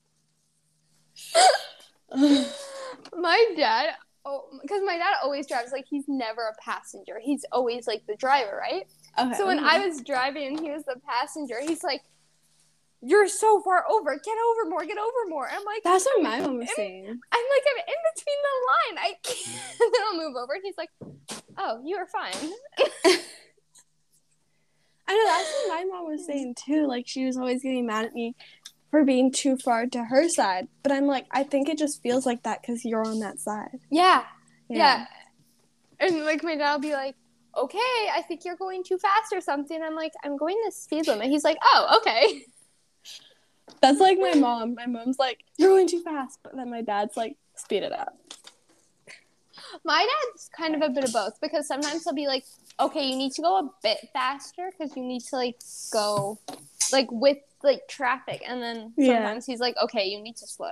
My dad, oh, because my dad always drives like he's never a passenger. He's always like the driver, right? Mm-hmm.
Okay,
So when I was driving and he was the passenger, he's like, "You're so far over. Get over more. Get over more." I'm like,
that's what my mom was saying.
I'm like, I'm in between the line. I can't. then I'll move over, and he's like, "Oh, you are fine."
I know that's what my mom was saying too. Like she was always getting mad at me for being too far to her side. But I'm like, I think it just feels like that because you're on that side.
Yeah, yeah, And like my dad will be like, "Okay, I think you're going too fast or something." I'm like, "I'm going the speed limit." He's like, "Oh, okay."
That's like my mom. My mom's like, you're going too fast. But then my dad's like, speed it up.
My dad's kind of a bit of both because sometimes he'll be like, "Okay, you need to go a bit faster because you need to like go like with like traffic," and then
Yeah.
sometimes he's like, "Okay, you need to slow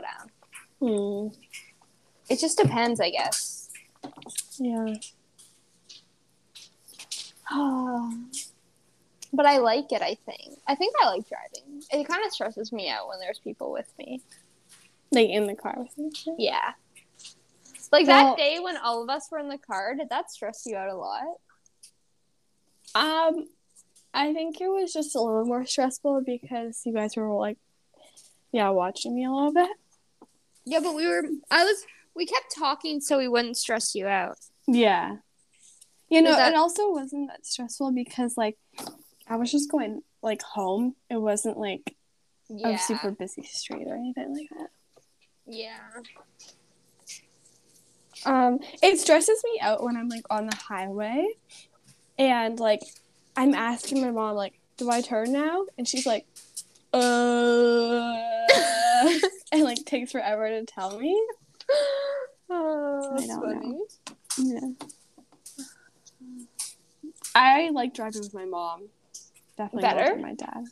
down." It just depends, I guess.
Yeah.
but I like it, I think. I think I like driving. It kind of stresses me out when there's people with me.
Like in the car with me.
Yeah. Like
Well-
that day when all of us were in the car, did that stress you out a lot?
Um, I think it was just a little more stressful because you guys were like, yeah, watching me a little bit.
Yeah, but we were, I was, we kept talking so we wouldn't stress you out.
Yeah. You know,
that-
it also wasn't that stressful because like I was just going like home. It wasn't like
Yeah.
a super busy street or anything like that.
Yeah.
Um it stresses me out when I'm like on the highway and like I'm asking my mom like, "Do I turn now?" and she's like, "Uh." and like takes forever to tell me.
Oh,
I
that's
don't know.
funny.
Yeah. I like driving with my mom. Definitely more
Better?
than my dad.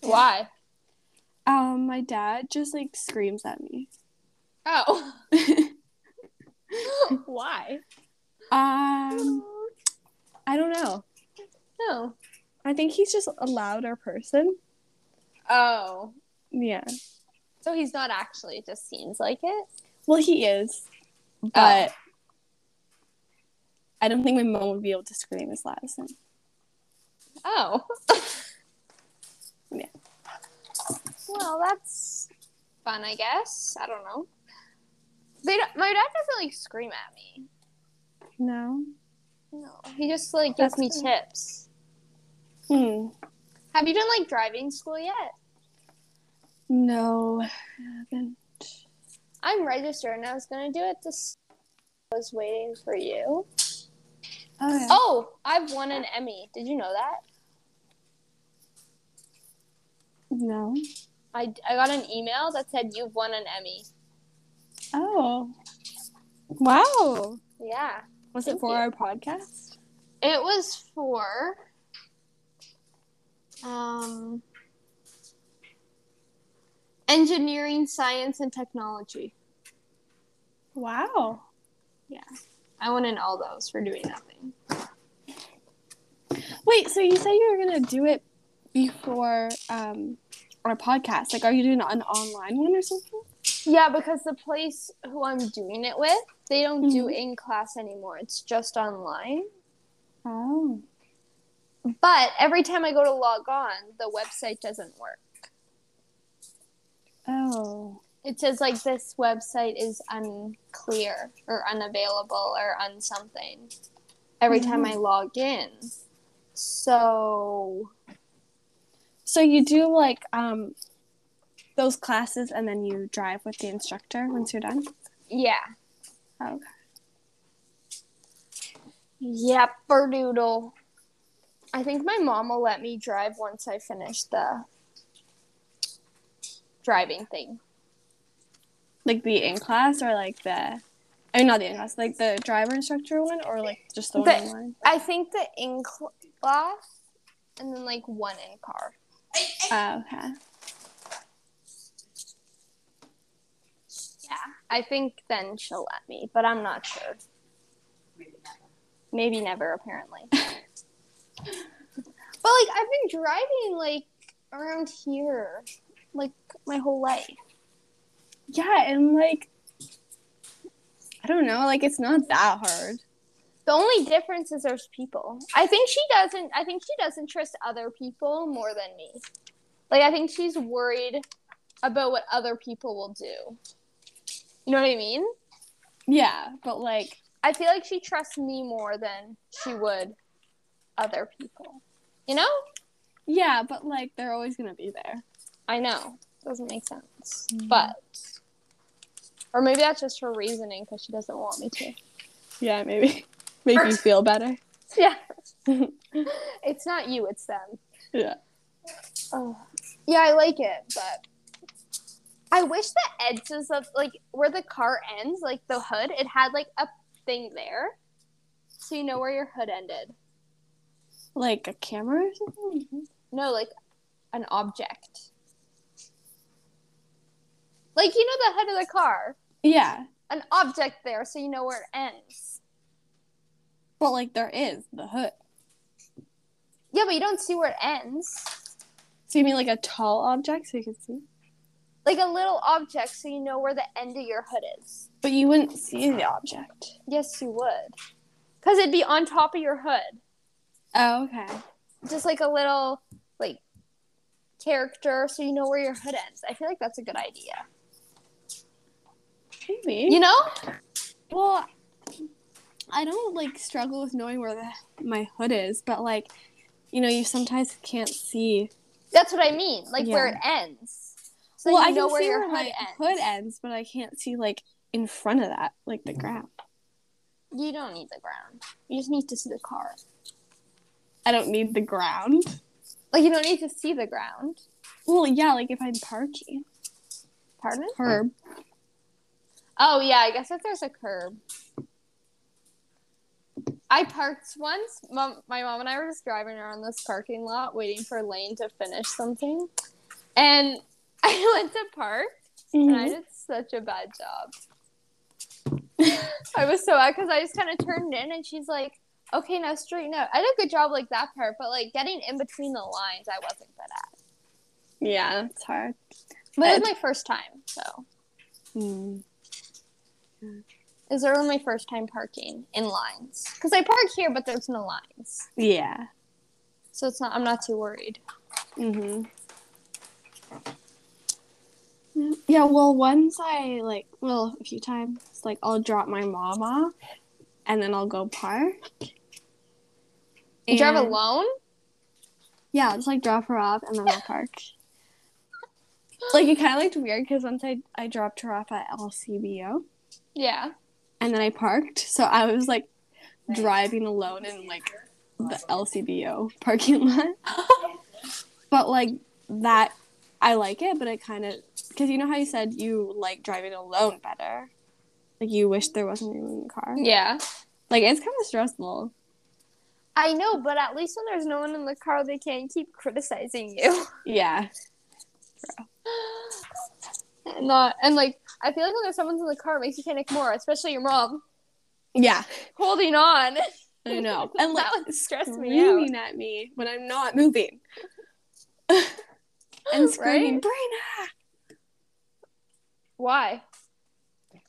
Why?
Um, my dad just like screams at me.
Oh. Why?
Um, I don't know.
No.
I think he's just a louder person.
Oh.
Yeah.
So he's not actually, it just seems like it.
Well, he is, but I don't think my mom would be able to scream as loud as him.
Oh.
Yeah.
Well, that's fun, I guess. I don't know. They don't, my dad doesn't like scream at me.
No.
No, he just like gives
That's
me
good.
tips.
Hmm.
Have you done like driving school yet?
No. Then-
I'm registered, and I was gonna do it this. I was waiting for you.
Oh, yeah.
Oh, I've won an Emmy. Did you know that?
No.
I, I got an email that said you've won an Emmy.
Oh. Wow.
Yeah.
Was
Thank
it for
you.
our podcast?
It was for um, engineering, science, and technology.
Wow.
I won in all those for doing nothing.
Wait, so you said you were gonna do it before um our podcast. Like are you doing an online one or something?
Yeah, because the place who I'm doing it with, they don't do
Mhm.
in class anymore. It's just online.
Oh.
But every time I go to log on, the website doesn't work.
Oh.
It says like this website is unclear or unavailable or unsomething every time I log in. So
So you do like um those classes and then you drive with the instructor once you're done?
yeah.
Okay.
Yep, doodle. I think my mom will let me drive once I finish the driving thing.
Like the in class or like the I mean not the in class, like the driver instructor one or like just the one
The-
online?
I think the in cl- class and then like one in car.
Oh, okay.
Yeah. I think then she'll let me, but I'm not sure. Maybe never, apparently. but like I've been driving like around here like my whole life.
Yeah, and like I don't know, like it's not that hard.
The only difference is there's people. I think she doesn't I think she doesn't trust other people more than me. Like I think she's worried about what other people will do. You know what I mean?
Yeah, but like
I feel like she trusts me more than she would other people. You know?
yeah, but like they're always gonna be there.
I know. Doesn't make sense. But or maybe that's just her reasoning because she doesn't want me to.
Yeah, maybe make you feel better.
Yeah. it's not you, it's them.
Yeah.
Oh. Yeah, I like it, but I wish the edges of like where the car ends, like the hood, it had like a thing there. So you know where your hood ended.
Like a camera or something?
No, like an object. Like you know the hood of the car.
Yeah.
An object there so you know where it ends.
But like there is the hood.
Yeah, but you don't see where it ends.
So you mean like a tall object so you can see?
Like a little object so you know where the end of your hood is.
But you wouldn't see the object.
Yes, you would. Cuz it'd be on top of your hood.
Oh, okay.
Just like a little like character so you know where your hood ends. I feel like that's a good idea.
Maybe.
You know?
Well, I don't like struggle with knowing where the, my hood is, but like, you know, you sometimes can't see.
That's what I mean. Like where
Yeah.
it ends. So
well,
you
I
know
can
where
see
your
where my
hood ends.
hood ends, but I can't see like in front of that, like the ground.
You don't need the ground. You just need to see the car.
I don't need the ground.
Like you don't need to see the ground.
Well, yeah, like if I'm parking.
Pardon?
Herb.
Oh yeah, I guess if there's a curb. I parked once. Mom, my mom and I were just driving around this parking lot waiting for Lane to finish something, and I went to park and
Mm-hmm.
I did such a bad job. I was so bad because I just kind of turned in and she's like, "Okay, now straighten out." I did a good job like that part, but like getting in between the lines, I wasn't good at.
Yeah, that's hard.
But it was my first time, so
Mm.
it was really my first time parking in lines. Because I park here, but there's no lines,
Yeah.
so it's not. I'm not too worried. Mm-hmm.
hmm Yeah, well, once I like, well, a few times, like, I'll drop my mom off and then I'll go park.
You drive
And-
alone?
Yeah, I'll just like drop her off and then I'll park. like, it kind of looked weird because once I, I dropped her off at LCBO
Yeah.
and then I parked. So I was like driving alone in like the LCBO parking lot. but like that I like it, but it kind of because you know how you said you like driving alone better. Like you wish there wasn't anyone in the car.
Yeah.
Like it's kind of stressful.
I know, but at least when there's no one in the car, they can't keep criticizing you.
Yeah.
Not and like I feel like when there's someone in the car, it makes you panic more, especially your mom
Yeah.
holding on.
I know. And like
That would stress me
screaming at me when I'm not moving. and screaming,
Right?
Brina.
Why?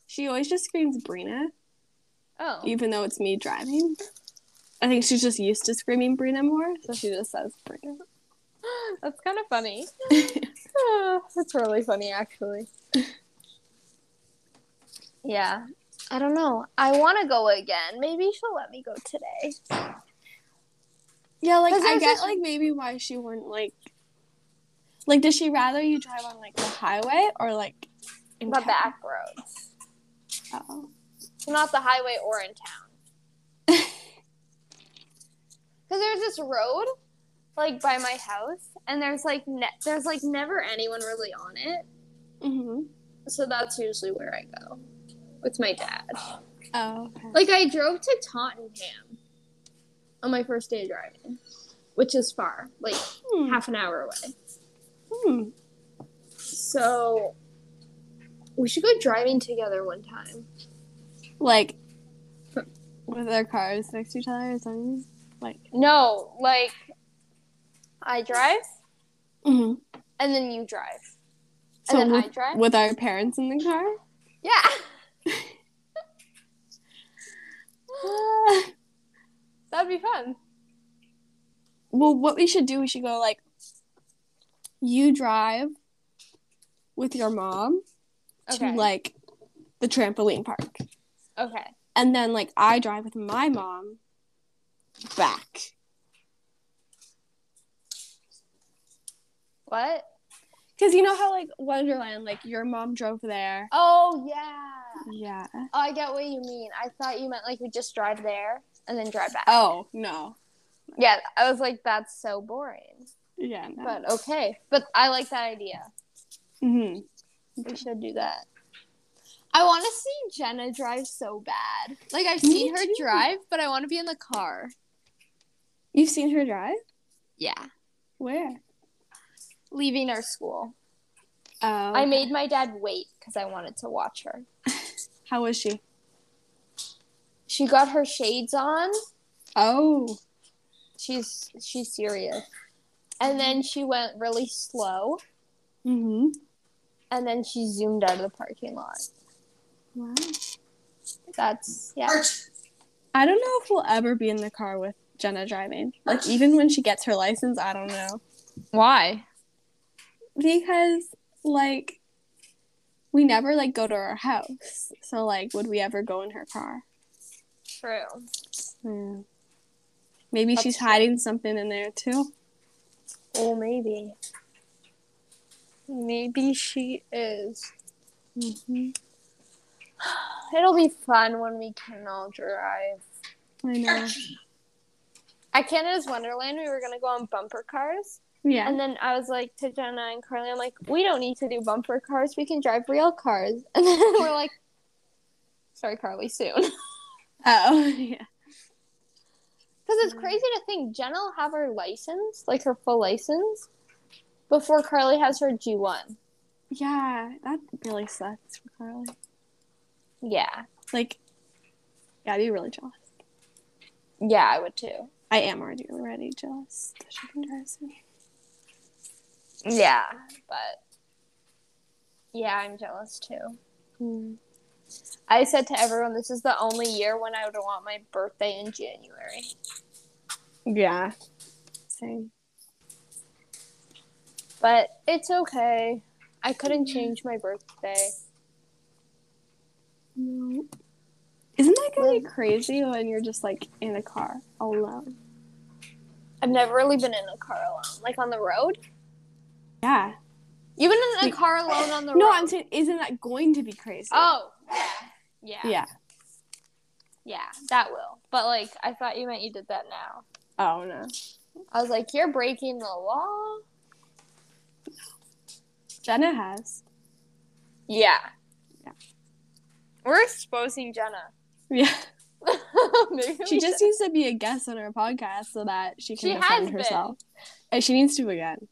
She always just screams Brina,
Oh,
even though it's me driving. I think she's just used to screaming Brina more, so she just says Brina.
that's kind of funny. that's really funny, actually. yeah, I don't know. I want to go again. Maybe she'll let me go today.
Yeah, like
'Cause
I
there's
get
this-
like maybe why she wouldn't like like does she rather you drive on like the highway or like in
The
town?
back roads,
Oh.
not the highway or in town. Because there's this road, like by my house, and there's like ne- there's like never anyone really on it.
hmm
So that's usually where I go with my dad.
Oh, okay.
Like I drove to Tottenham on my first day driving, which is far, like
Hmm.
half an hour away.
Hmm.
So we should go driving together one time.
Like with their cars next to each other or something. Like
No, like I drive
mhm.
and then you drive.
So
and then I
with,
drive.
with our parents in the car.
yeah. That'd be fun.
Well, what we should do, we should go like you drive with your mom
Okay.
to like the trampoline park.
Okay.
and then like I drive with my mom back.
What?
Cause you know how like Wonderland, like your mom drove there.
Oh yeah.
Yeah.
Oh, I get what you mean. I thought you meant like we just drive there and then drive back.
Oh no.
Yeah, I was like, that's so boring.
Yeah. No.
But okay. But I like that idea.
hmm
We should do that. I want to see Jenna drive so bad. Like, I've
Me
seen her
too.
drive, but I want to be in the car.
You've seen her drive?
Yeah.
Where?
Leaving our school.
Oh.
I made my dad wait because I wanted to watch her.
How was she?
She got her shades on.
Oh.
She's she's serious. And then she went really slow.
Mm-hmm.
And then she zoomed out of the parking lot.
Wow.
That's yeah.
I don't know if we'll ever be in the car with Jenna driving. Like even when she gets her license, I don't know.
Why?
Because like we never like go to her house. So like would we ever go in her car?
True.
Yeah. Maybe
That's
she's
true.
hiding something in there too.
Oh, maybe. Maybe she is. Mm-hmm. It'll be fun when we can all drive.
I know.
At Canada's Wonderland, we were gonna go on bumper cars,
Yeah.
and then I was like to Jenna and Carly, I'm like, we don't need to do bumper cars. We can drive real cars. And then we're like, sorry, Carly, soon. Because
oh, yeah.
it's crazy to think Jenna will have her license, like her full license, before Carly has her G one.
Yeah, that really sucks for Carly.
Yeah,
Like, yeah, I'd be really jealous.
yeah, I would too.
I am already already jealous. that She can drive soon.
Yeah, but yeah, I'm jealous too. Mm. I said to everyone, this is the only year when I would want my birthday in January.
Yeah. Same.
But it's okay. I couldn't change my birthday.
No. Isn't that gonna be crazy when you're just like in a car alone?
I've never really been in a car alone, like on the road.
Yeah.
You've been in a
Wait.
car alone on the road.
No, I'm saying, isn't that going to be crazy?
Oh, yeah. Yeah. Yeah.
Yeah.
that will. But like, I thought you meant you did that now.
Oh no.
I was like, you're breaking the law.
Jenna has.
Yeah.
Yeah.
We're exposing Jenna.
Yeah.
Maybe
She
we
just needs to be a guest on our podcast so that she can
She has
defend
been.
herself. And she needs to again.
should-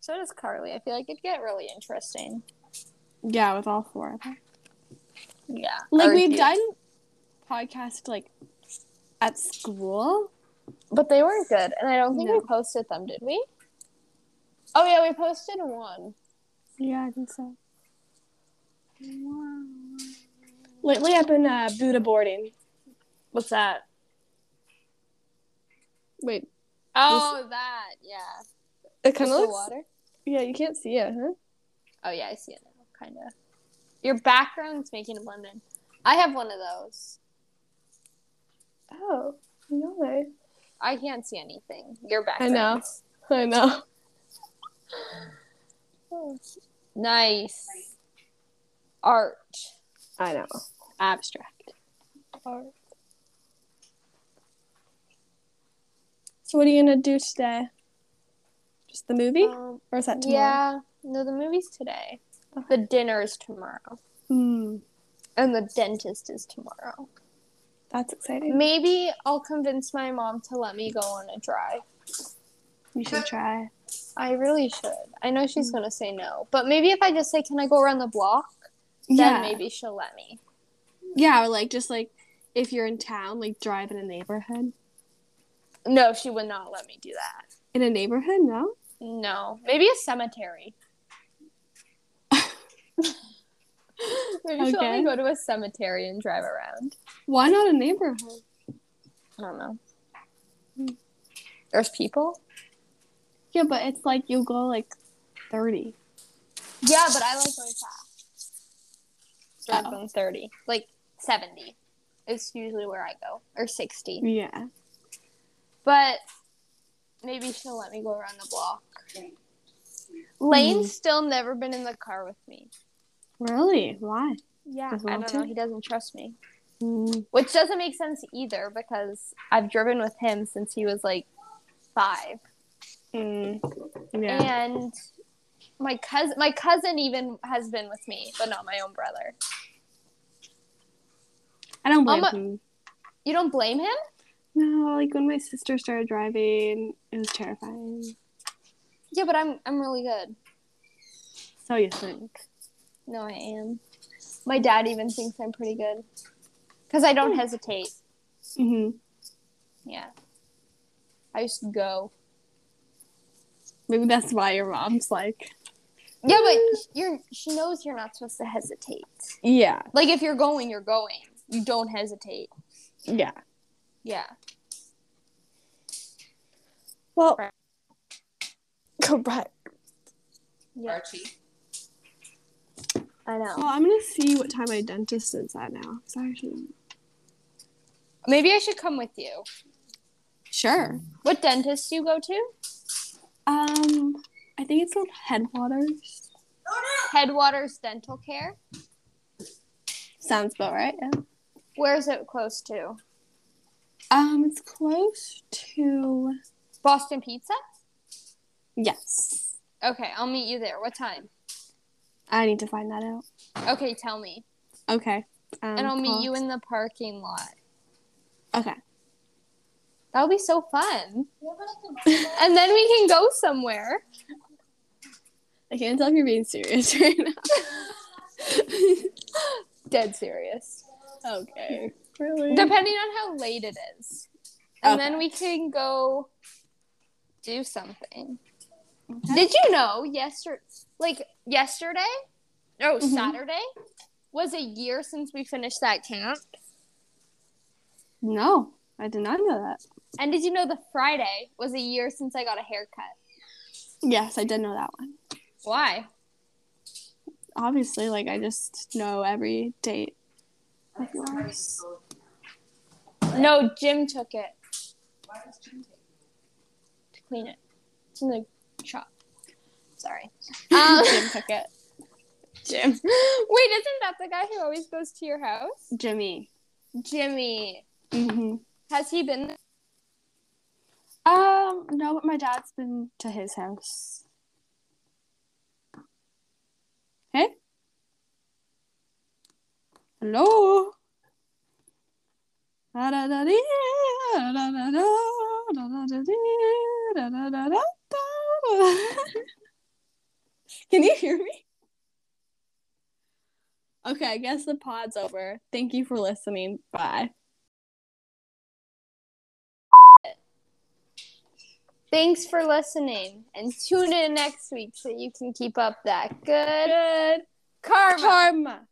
So does Carly. I feel like it'd get really interesting.
Yeah, with all four of them.
Yeah.
Like
Or
we've
you-
done podcast like at school.
But they weren't good, and I don't think
No.
we posted them, did we? Oh yeah, we posted one.
Yeah, I think so. Lately, I've been uh, Buddha boarding.
What's that?
Wait,
Oh, that. Yeah.
it
With
kind
the
of looks.
water.
Yeah, you can't see it, huh?
Oh yeah, I see it now. Kind of. Your background's making it blend in. I have one of those.
Oh no,
I can't see anything. Your
I
background.
know, I know.
Hmm. Nice. Art.
I know. Abstract.
Art.
So, what are you gonna do today? Just the movie,
Um,
or is that tomorrow?
yeah. No, the movie's today. The dinner's tomorrow,
Yeah. Mm,
and the dentist is tomorrow.
that's exciting.
Maybe I'll convince my mom to let me go on a drive.
You should try.
I really should. I know she's
Mm.
gonna say no, but maybe if I just say, "Can I go around the block?" then
yeah.
maybe she'll let me.
Yeah, or like just like if you're in town, like drive in a neighborhood.
No, she would not let me do that.
In a neighborhood, no.
No, maybe a cemetery. maybe she'll let
Okay.
me go to a cemetery and drive around.
Why not a neighborhood?
I don't know.
Hmm.
There's people.
Yeah, but it's like you'll go like thirty.
Yeah, but I like going fast. Rather
Oh.
than thirty, like seventy, is usually where I go, or sixty.
Yeah.
But maybe she'll let me go around the block. Lane's still never been in the car with me.
Really? Why?
Yeah,
Doesn't
I
want
don't know.
to?
He doesn't trust me,
Mm,
which doesn't make sense either because I've driven with him since he was like five,
Hmm. yeah.
and my cousin, my cousin even has been with me, but not my own brother.
I don't blame
I'm
him.
You don't blame him?
No, like when my sister started driving, it was terrifying.
Yeah, but I'm I'm really good.
So you think?
No, I am. My dad even thinks I'm pretty good because I don't hesitate.
hmm
Yeah, I just go.
Maybe that's why your mom's like.
Yeah, but you're she knows you're not supposed to hesitate.
Yeah.
Like if you're going, you're going. You don't hesitate.
Yeah.
Yeah.
Well. Correct.
Yeah.
Archie.
I know.
Well, I'm gonna see what time my dentist is at now. Sorry.
Maybe I should come with you.
Sure.
What dentist do you go to?
Um, I think it's called Headwaters.
Headwaters Dental Care.
Sounds about right. Yeah.
Where is it close to?
Um, it's close to
Boston Pizza?
yes.
Okay, I'll meet you there. What time?
I need to find that out.
Okay, tell me.
Okay. Um,
And I'll
cool.
meet you in the parking lot.
Okay.
That'll be so fun. and then we can go somewhere.
I can't tell if you're being serious right now.
Dead serious.
okay. Really?
Depending on how late it is. And
Mm-hmm. Okay.
then we can go do something.
Okay.
Did you know yesterday, like yesterday, no,
Mhm.
Saturday was a year since we finished that camp?
no, I did not know that.
And did you know the Friday was a year since I got a haircut?
Yes, I did know that one.
Why?
Obviously, like I just know every date. of yours.
No, Jim took it. Why does Jim take it? To clean it. It's in the shop. Sorry. Um,
Jim took it. Jim.
Wait, isn't that the guy who always goes to your house?
Jimmy.
Jimmy.
Mm-hmm.
Has he been?
Um, no, but my dad's been to his house. Hello. Can you hear me? Okay, I guess the pod's over. Thank you for listening. Bye.
Thanks for listening and tune in next week so you can keep up that good karma.
Karma.